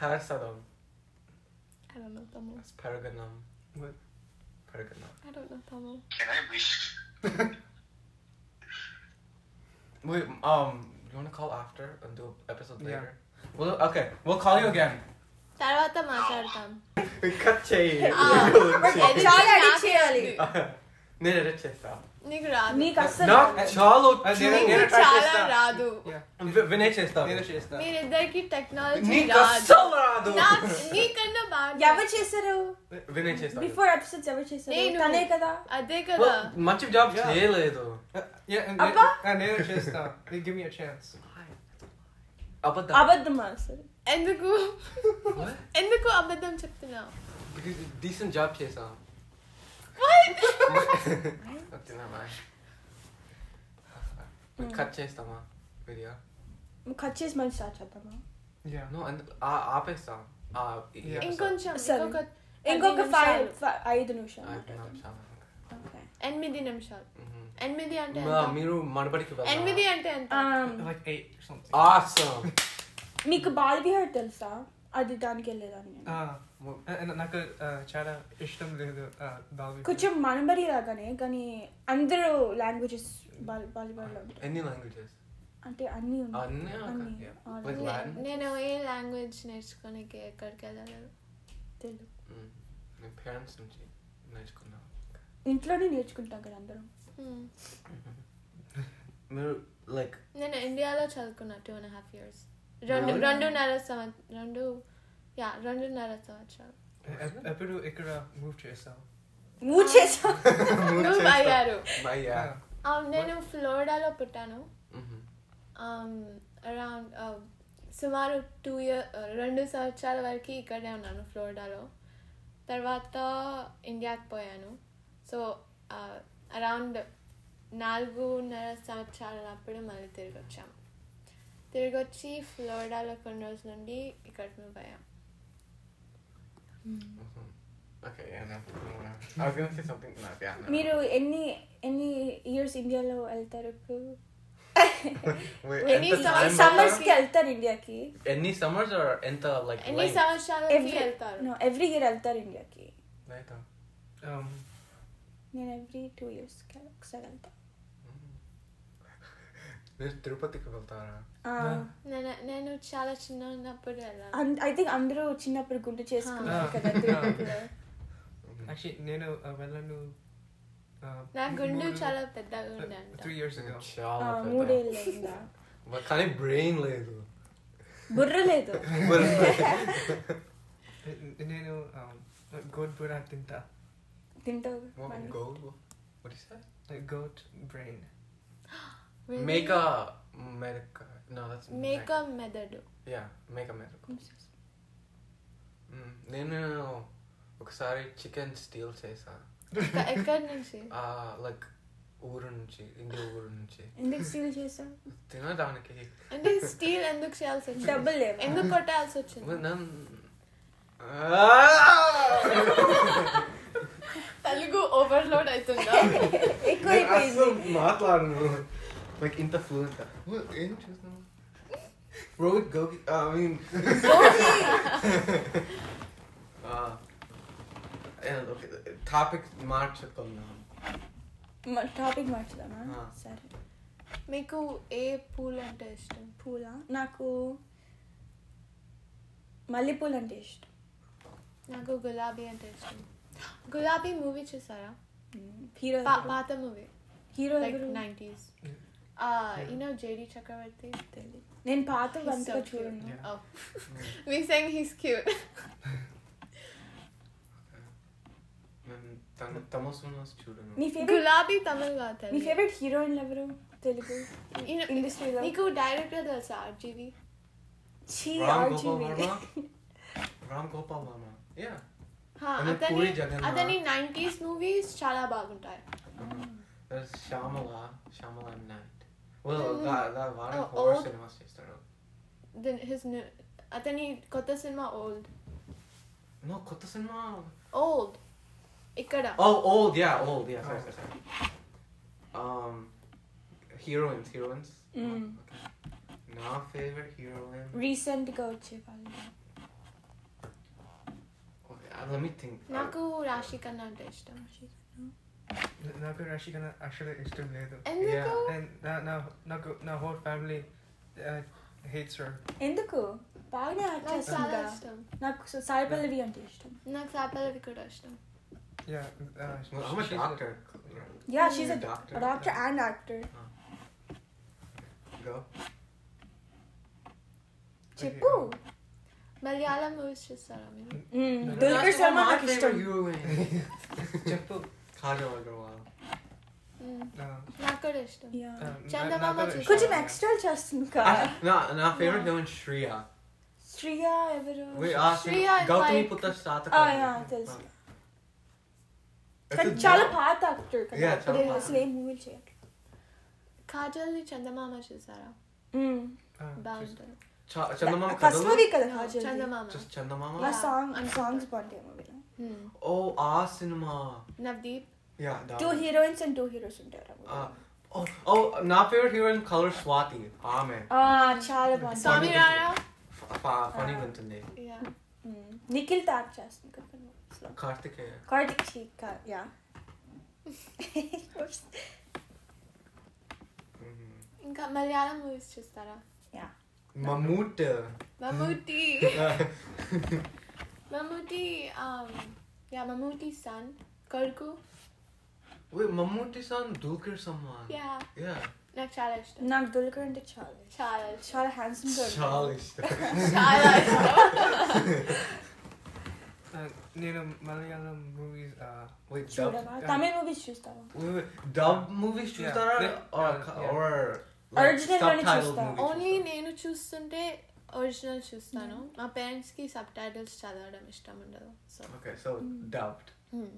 Speaker 1: That's the dumb.
Speaker 2: I don't know Tamil.
Speaker 1: That's Paragonam.
Speaker 4: What?
Speaker 1: Paragonam.
Speaker 2: I don't know Tamil.
Speaker 5: Can I wish?
Speaker 1: Wait, um, you wanna call after and do an episode
Speaker 4: Yeah.
Speaker 1: later? Well, okay, we'll call you again.
Speaker 2: తర్వాత మాట్లాడతాం
Speaker 1: Cut చేయి.
Speaker 2: Editing
Speaker 3: చాలా
Speaker 2: నాకు
Speaker 3: edit చేయాలి.
Speaker 2: రాదు.
Speaker 1: నేను edit చేస్తా
Speaker 2: నీకు రాదు
Speaker 3: నీకు అస్సలు
Speaker 1: నాకు చాలా
Speaker 4: అది
Speaker 1: వచ్చు.
Speaker 4: నేను-
Speaker 2: నీకు
Speaker 4: నేను try
Speaker 2: చాలా
Speaker 4: చేస్తా.
Speaker 2: రాదు
Speaker 1: వి- వినయ్ చేస్తాను
Speaker 4: నేను చేస్తా
Speaker 2: మీరిద్దరికి టెక్నాలజీ
Speaker 1: నీకు
Speaker 2: రాదు
Speaker 1: అస్సలు రాదు
Speaker 2: నాకు నీకన్నా బాగా
Speaker 3: ఎవరు చేశారు
Speaker 1: వినయ్ చేస్తాను
Speaker 3: బిఫోర్ ఎపిసోడ్స్ ఎవరు చేశారు
Speaker 2: నేను.
Speaker 3: తనే కదా
Speaker 2: అదే కదా
Speaker 1: మంచి జాబ్
Speaker 4: Yeah.
Speaker 1: చేయలేదు
Speaker 4: Uh, Yeah, and
Speaker 3: Appa?
Speaker 4: and నేను చేస్తా They give me a chance.
Speaker 1: అబద్ధం
Speaker 3: అబద్ధమా అసలు
Speaker 2: ఎందుకు ఎందుకు అబద్ధం చెప్తున్నావు
Speaker 1: డీసెంట్ జాబ్ చేసాం వచ్చినామా కట్ చేస్తామా వీడియో
Speaker 3: కట్ చేసి మళ్ళీ స్టార్ట్ చేద్దామా
Speaker 4: Yeah.
Speaker 1: No, and uh, ఆ ఆపేస్తాం ఆ ఈ
Speaker 4: Yeah.
Speaker 1: e-, episode.
Speaker 2: ఇంకొంచెం
Speaker 3: సరే.
Speaker 2: ఇంకొక
Speaker 3: ఇంకొక
Speaker 2: పది
Speaker 3: ఫైవ్
Speaker 2: నిమిషాలు.
Speaker 3: ఫై- ఐదు
Speaker 1: ఆ,
Speaker 3: నిమిషాలు
Speaker 1: ఇప్పుడు ఆపుతాము.
Speaker 3: Okay.
Speaker 2: ఎనిమిది నిమిషాలు
Speaker 1: Mhm.
Speaker 2: ఎనిమిది అంటే
Speaker 1: మా-
Speaker 2: ఎంత?
Speaker 1: మీరు మనబడికి
Speaker 2: ఎనిమిది అంటే ఎంత
Speaker 3: Um,
Speaker 4: Like eight or something.
Speaker 1: Awesome
Speaker 3: మీకు బాల్ బిహార్ తెలుసా అది దానికి వెళ్ళేదాన్ని నేను.
Speaker 4: Ah, well, and నాకు ah, చాలా ఇష్టం లేదు ah, బాబు
Speaker 3: కొంచెం మనబడి లాగానే కానీ అందరూ లాంగ్వేజెస్ బాల్ బాల్ బిహార్లో ఉంటాయి
Speaker 1: ఎన్ని లాంగ్వేజెస్
Speaker 3: అంటే అన్ని ఉన్నాయి
Speaker 1: అన్నీ
Speaker 3: అన్ని
Speaker 1: Yeah.
Speaker 3: all
Speaker 1: Like
Speaker 2: నే-
Speaker 1: Latin?
Speaker 2: నేను ఏ లాంగ్వేజ్ నేర్చుకోనికి ఎక్కడికి వెళ్ళలేదు
Speaker 3: తెలుగు
Speaker 1: Mm. నేను పేరెంట్స్ నుంచి నేర్చుకున్నా
Speaker 3: ఇంట్లోనే నేర్చుకుంటాం కదా అందరం
Speaker 2: Hmm.
Speaker 1: మీరు లైక్
Speaker 2: నేను ఇండియాలో చదువుకున్నా టూ అండ్ హాఫ్ ఇయర్స్ రెండు
Speaker 1: Really?
Speaker 2: రెండున్నర సంవత్సరం రెండు యా రెండున్నర సంవత్సరాలు
Speaker 4: Uh, ఎప్పుడు ఇక్కడ మూవ్ చేస్తావు
Speaker 3: మూవ్ చేసాం
Speaker 2: నువ్వు అయ్యారు
Speaker 1: మయ్యా
Speaker 2: Um, నేను ఫ్లోరిడాలో పుట్టాను
Speaker 1: mm-hmm.
Speaker 2: అరౌండ్ సుమారు టూ ఇయర్ రెండు సంవత్సరాల వరకు ఇక్కడే ఉన్నాను ఫ్లోరిడాలో తర్వాత ఇండియాకి పోయాను సో అరౌండ్ నాలుగున్నర సంవత్సరాల అప్పుడు మళ్ళీ తిరిగి వచ్చాము తిరిగి వచ్చి ఫ్లోరిడాలో కొన్ని రోజుల నుండి ఇక్కడ మూవ్ అయ్యాం
Speaker 1: okay I was gonna say something నా యా
Speaker 3: మీరు ఎన్ని ఎన్ని ఇయర్స్ ఇండియాలో వెళ్తారు ఇప్పుడు
Speaker 2: ఎన్ని time
Speaker 3: సమ్మర్స్
Speaker 2: ఉంటుందా?
Speaker 3: కి వెళ్తారు ఇండియాకి
Speaker 1: ఎన్ని సమ్మర్స్ ఆర్ ఎంత లైక్
Speaker 2: ఎన్ని సంవత్సరాలకి
Speaker 3: ఎవ్రీ
Speaker 2: వెళ్తారు
Speaker 3: ఎవ్రీ ఇయర్ వెళ్తారు ఇండియాకి
Speaker 1: లైక్
Speaker 4: Um,
Speaker 3: నేను ఎవ్రీ టూ ఇయర్స్ కి ఒకసారి వెళ్తా
Speaker 1: మీరు తిరుపతికి వెళ్తారా
Speaker 2: నేను నేను చాలా చిన్న ఉన్నప్పుడు వెళ్ళాను
Speaker 3: ఐ థింక్ అందరూ చిన్నప్పుడు గుండు చేసుకున్నారు
Speaker 4: Ah.
Speaker 3: కదా తిరుపతిలో.
Speaker 4: యాక్చువల్లీ నేను ah, వెళ్ళను uh,
Speaker 2: నా గుండు
Speaker 4: Mm.
Speaker 2: చాలా పెద్దగా ఉండే అంట.
Speaker 4: త్రీ ఇయర్స్ అగో
Speaker 3: ఆ,
Speaker 1: చాలా పెద్ద
Speaker 3: మూడేళ్ళు అయిందా
Speaker 1: But కానీ బ్రెయిన్ లేదు
Speaker 3: బుర్ర లేదు
Speaker 4: Uh, నేను గోట్ బుర్రా తింటా
Speaker 3: తింటావు మనం.
Speaker 1: Go What is that?
Speaker 4: uh, goat brain
Speaker 2: Really?
Speaker 1: Make a America. No, that's
Speaker 2: మేక మెదడు
Speaker 1: Yeah, make America. Mm, నేను ఒకసారి చికెన్ స్టీల్ చేసా
Speaker 2: ఎక్క- ఎక్కడి నుంచి
Speaker 1: లైక్ ఊరు నుంచి ఇండియా ఊరు నుంచి
Speaker 3: ఎందుకు సీల్ చేసావు
Speaker 1: తినడానికి
Speaker 2: అంటే స్టీల్ ఎందుకు చేయాల్సి వచ్చింది
Speaker 3: డబ్బులు లేవు
Speaker 2: ఎందుకు కొట్టాల్సి వచ్చింది
Speaker 1: మనం
Speaker 2: తెలుగు ఓవర్లోడ్ అవుతుందా
Speaker 3: ఎక్కువైపోయింది
Speaker 1: మాట్లాడను లైక్ ఇంత ఫ్లూయెంట్ ఏం చేస్తున్నాను Rohit Gogi I mean topic మార్చుకున్నాం
Speaker 3: టాపిక్ మార్చుదామా
Speaker 1: ఆ.
Speaker 3: సరే
Speaker 2: మీకు ఏ పూలు అంటే ఇష్టం
Speaker 3: పూల నాకు మల్లెపూలు అంటే ఇష్టం
Speaker 2: నాకు గులాబీ అంటే ఇష్టం గులాబీ మూవీ చూసారా
Speaker 3: హీరో
Speaker 2: పా- పాత మూవీ
Speaker 3: హీరో
Speaker 2: లైక్
Speaker 3: ఎవరు?
Speaker 2: నైంటీస్ యూనో జేడి చక్రవర్తి
Speaker 3: తెలియదు. నేను పాత
Speaker 2: He's
Speaker 3: అంతగా
Speaker 2: so cute.
Speaker 3: చూడను
Speaker 4: Yeah.
Speaker 2: Oh. We saying he's cute.
Speaker 1: మేము తమ తమసు చూడను
Speaker 3: నీ ఫేవరెట్
Speaker 2: గులాబీ తమిళ్ కాదు
Speaker 3: నీ ఫేవరెట్ హీరోయిన్ ఎవరు తెలుగు
Speaker 2: తెలుగు
Speaker 3: ఇండస్ట్రీలో
Speaker 2: నీకు డైరెక్టర్ తెలుసా ఆర్జీవి
Speaker 3: ఛీ
Speaker 1: రామ్
Speaker 3: ఆర్జీవి
Speaker 1: గోపాల్ వర్మ రామ్ గోపాల్ వర్మ యా
Speaker 2: హా,
Speaker 1: అదే
Speaker 2: అతని
Speaker 1: పూరి జగన్నాథ్.
Speaker 2: అతని నైంటీస్ మూవీస్ చాలా బాగుంటాయి
Speaker 1: that's Shyamala Shyamala night well that that వారం
Speaker 2: Hmm. Oh,
Speaker 1: horror
Speaker 2: old.
Speaker 1: Cinemas చేస్తాడు
Speaker 2: Then his new- అతని కొత్త సినిమా ఓల్డ్
Speaker 1: నో కొత్త సినిమా
Speaker 2: ఓల్డ్ ఇక్కడ
Speaker 1: oh old yeah old yeah sorry sorry sorry um heroines heroines
Speaker 3: Mm.
Speaker 1: okay. నా favorite heroine
Speaker 3: రీసెంట్గా వచ్చే వాళ్ళు
Speaker 1: okay uh, let me think Uh,
Speaker 2: నాకు రాశి కన్నా అంటే ఇష్టం
Speaker 4: నాకు రాశి కన్నా అసలు ఇష్టం లేదు
Speaker 2: ఎందుకు
Speaker 4: And na na నాకు నా whole family uh, hates her.
Speaker 3: ఎందుకు బాగానే యాక్ట్
Speaker 2: నాకు చాలా
Speaker 3: చేస్తుందా
Speaker 2: ఇష్టం
Speaker 3: నాకు సో సాయి పల్లవి అంటే ఇష్టం
Speaker 2: నాకు సాపల్లవి కూడా ఇష్టం
Speaker 4: Yeah. Uh, she-
Speaker 1: well, I'm a
Speaker 4: she's a-
Speaker 1: doctor
Speaker 3: yeah she's
Speaker 1: Doctor.
Speaker 3: Doctor and actor
Speaker 1: go
Speaker 3: చెప్పు
Speaker 2: మలయాళం మూవీస్ చూస్తారా మీరు
Speaker 3: Mm-hmm. దుల్కర్ సల్మాన్ నాకు ఇష్టం
Speaker 1: heroine
Speaker 4: చెప్పు.
Speaker 1: Kajal Agarwal
Speaker 2: మ్మ్.
Speaker 4: Uh,
Speaker 2: నాకు కూడా ఇష్టం
Speaker 3: Yeah.
Speaker 4: uh,
Speaker 2: Chandamama
Speaker 4: నాకు
Speaker 2: చూసి-
Speaker 4: ఇష్టం.
Speaker 3: కొంచెం ఎక్స్ట్రా చేస్తుంది కదా
Speaker 1: I, Ah, no, no, favorite villain Shreya.
Speaker 3: Shriya ఎవరు
Speaker 1: Wait, ah,
Speaker 2: Shreya
Speaker 1: Shreya.
Speaker 2: is
Speaker 1: Gautami
Speaker 2: like-
Speaker 1: Putta Sataka.
Speaker 3: Ah, yeah, తెలుసు. కానీ చాలా పాత యాక్టర్ కదా
Speaker 1: Yeah,
Speaker 3: అప్పుడే
Speaker 1: చాలా పాత.
Speaker 3: అసలు ఏం మూవీ చేయాలి
Speaker 2: కాజల్ది చందమామ చూసారా
Speaker 4: Uh, just-
Speaker 2: బాగుంటుంది
Speaker 1: Cha- Chandamama
Speaker 3: first
Speaker 1: Kadalu?
Speaker 3: Movie కదా కాజల్
Speaker 2: చందమామ
Speaker 1: Just
Speaker 3: ఆ
Speaker 1: Chandamama?
Speaker 2: Yeah.
Speaker 3: Song
Speaker 2: Yeah.
Speaker 3: Songs బాగుంటాయి మూవీలో
Speaker 2: మ్మ్.
Speaker 3: Hmm.
Speaker 1: Oh, ah, cinema.
Speaker 2: Navdeep
Speaker 1: Yeah, that
Speaker 3: two
Speaker 1: one.
Speaker 3: Heroines and two heroes ఉంటారు
Speaker 1: Ah, oh, oh, my favorite heroine color Swati. Ah, man.
Speaker 3: ఆ, చాలా బాగుంటాయి
Speaker 2: స్వామి రారా
Speaker 1: F- fa- funny
Speaker 3: Ah.
Speaker 1: one today.
Speaker 2: Yeah
Speaker 3: మ్మ్. నిఖిల్ తో యాక్ట్ చేస్తుంది కదా కొన్ని movies లో
Speaker 1: Kartikeya.
Speaker 3: Karthik చీక yeah
Speaker 1: Mm-hmm.
Speaker 2: ఇంకా మలయాళం మూవీస్ చూస్తారా
Speaker 1: Mammut.
Speaker 2: Mammootty
Speaker 1: Uh,
Speaker 2: Mammootty um, yeah Mammootty son కొడుకు
Speaker 1: Wait, Mammut is on Dulkir someone.
Speaker 2: Yeah
Speaker 1: Yeah.
Speaker 2: నాకు చాలా ఇష్టం
Speaker 3: నాకు దుల్కర్ అంటే చాలా ఇష్టం.
Speaker 2: చాలా ఇష్టం
Speaker 3: చాలా హ్యాండ్సమ్
Speaker 1: Charlie.
Speaker 2: చాలా ఇష్టం
Speaker 4: uh, నేను మలయాళం మూవీస్
Speaker 1: Wait, dub.
Speaker 3: చూడవా తమిళ మూవీస్ చూస్తావా
Speaker 1: Wait, wait, dub movies
Speaker 4: Yeah.
Speaker 1: చూస్తారా
Speaker 4: Yeah.
Speaker 1: or
Speaker 4: Yeah.
Speaker 1: or
Speaker 3: Original గానే చూస్తా.
Speaker 2: ఓన్లీ నేను చూస్తుంటే ఒరిజినల్ చూస్తాను
Speaker 3: Hmm.
Speaker 2: మా పేరెంట్స్కి సబ్ టైటిల్స్ చదవడం ఇష్టం ఉండదు so
Speaker 1: okay so
Speaker 3: Hmm.
Speaker 1: Dubbed
Speaker 2: hmm.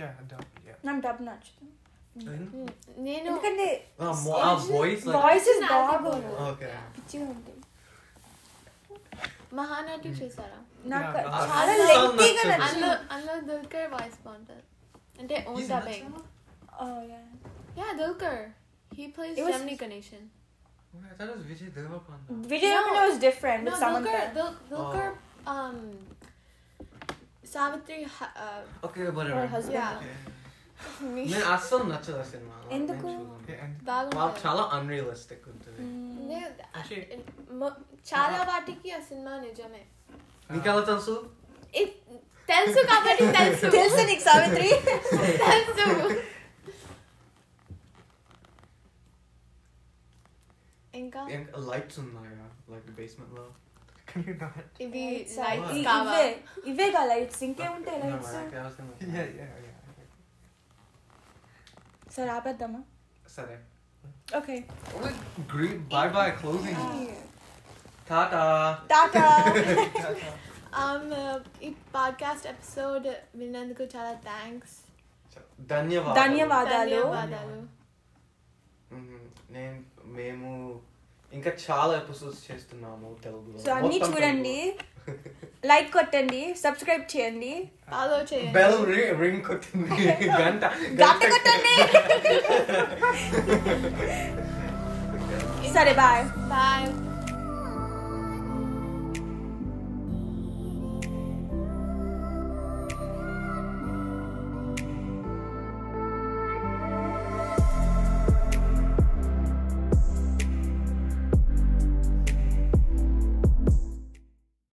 Speaker 4: yeah dub yeah
Speaker 3: నాకు డబ్ నచ్చుతుంది
Speaker 2: Mm-hmm. Hmm. నేను
Speaker 3: ఎందుకంటే
Speaker 1: ఆ వాయిస్
Speaker 3: వాయిస్ బాగోదు
Speaker 2: personality
Speaker 1: ఓకే
Speaker 3: పిచ్చిగా ఉంది
Speaker 2: మహానటి చూసారా
Speaker 3: నాకు
Speaker 4: Yeah,
Speaker 1: uh,
Speaker 3: చాలా
Speaker 1: some
Speaker 3: లెంగ్తీగా
Speaker 1: నచ్చదు.
Speaker 2: అందులో
Speaker 3: నచ్చింది
Speaker 2: అందులో దుల్కర్ వాయిస్ బాగుంటుంది అంటే ఓం
Speaker 1: He's
Speaker 2: dubbing
Speaker 3: Oh, yeah.
Speaker 2: Yeah Dulquer he plays
Speaker 3: It was-
Speaker 2: Gemini Ganesan
Speaker 1: that is Vijay Deverakonda
Speaker 3: Vijay
Speaker 2: No.
Speaker 3: Ramanna was different
Speaker 2: No,
Speaker 3: with Samantha.
Speaker 2: Dulquer, Dul- Dulquer,
Speaker 1: Oh,
Speaker 2: um, Savitri, hu- uh,
Speaker 1: okay
Speaker 3: Her
Speaker 1: whatever
Speaker 3: husband.
Speaker 2: Yeah.
Speaker 1: నేను అస్సలు నచ్చదు ఆ cinema
Speaker 3: ఎందుకు?
Speaker 4: yeah and
Speaker 1: వాళ్ళు
Speaker 2: బాగుంటుంది.
Speaker 1: చాలా unrealistic ఉంటుంది
Speaker 3: Mm.
Speaker 2: నే-
Speaker 1: Actually-
Speaker 2: మ- చాలా వాటికి ఆ సినిమా నిజమే
Speaker 1: నీకు
Speaker 4: uh,
Speaker 1: ఎలా తెలుసు
Speaker 2: It- తెలుసు కాబట్టి తెలుసు
Speaker 3: తెలుసా నీకు సావిత్రి
Speaker 2: తెలుసు ఇంకా
Speaker 1: లైట్స్ ఉన్నాయా లైక్ బేస్మెంట్ లో
Speaker 4: can you not
Speaker 2: ఇది
Speaker 3: Lights are-
Speaker 2: లైట్స్
Speaker 3: ఇ-
Speaker 2: కావా
Speaker 3: ఇవే ఇవే కా లైట్స్ ఇంకేముంటాయి లైట్స్
Speaker 4: yeah yeah yeah
Speaker 3: సరే ఆపేద్దామా
Speaker 1: సరే
Speaker 3: okay
Speaker 1: bye bye closing Tata
Speaker 3: Tata
Speaker 2: Um, uh, ఈ పాడ్కాస్ట్ ఎపిసోడ్ విన్నందుకు చాలా థ్యాంక్స్
Speaker 1: ధన్యవాదాలు
Speaker 3: ధన్యవాదాలు. వాదాలు.
Speaker 2: ధన్యవాదాలు
Speaker 1: మ్మ్. నేను మేము ఇంకా చాలా ఎపిసోడ్స్ చేస్తున్నాము తెలుగులో
Speaker 3: సో అన్ని
Speaker 1: మొత్తం
Speaker 3: చూడండి లైక్ కొట్టండి సబ్స్క్రైబ్ చేయండి
Speaker 2: ఫాలో
Speaker 1: తెలుగులో.
Speaker 2: చేయండి
Speaker 1: బెల్ రింగ్ రింగ్ కొట్టింది గంట
Speaker 3: గంట కొట్టండి సరే బాయ్
Speaker 2: బాయ్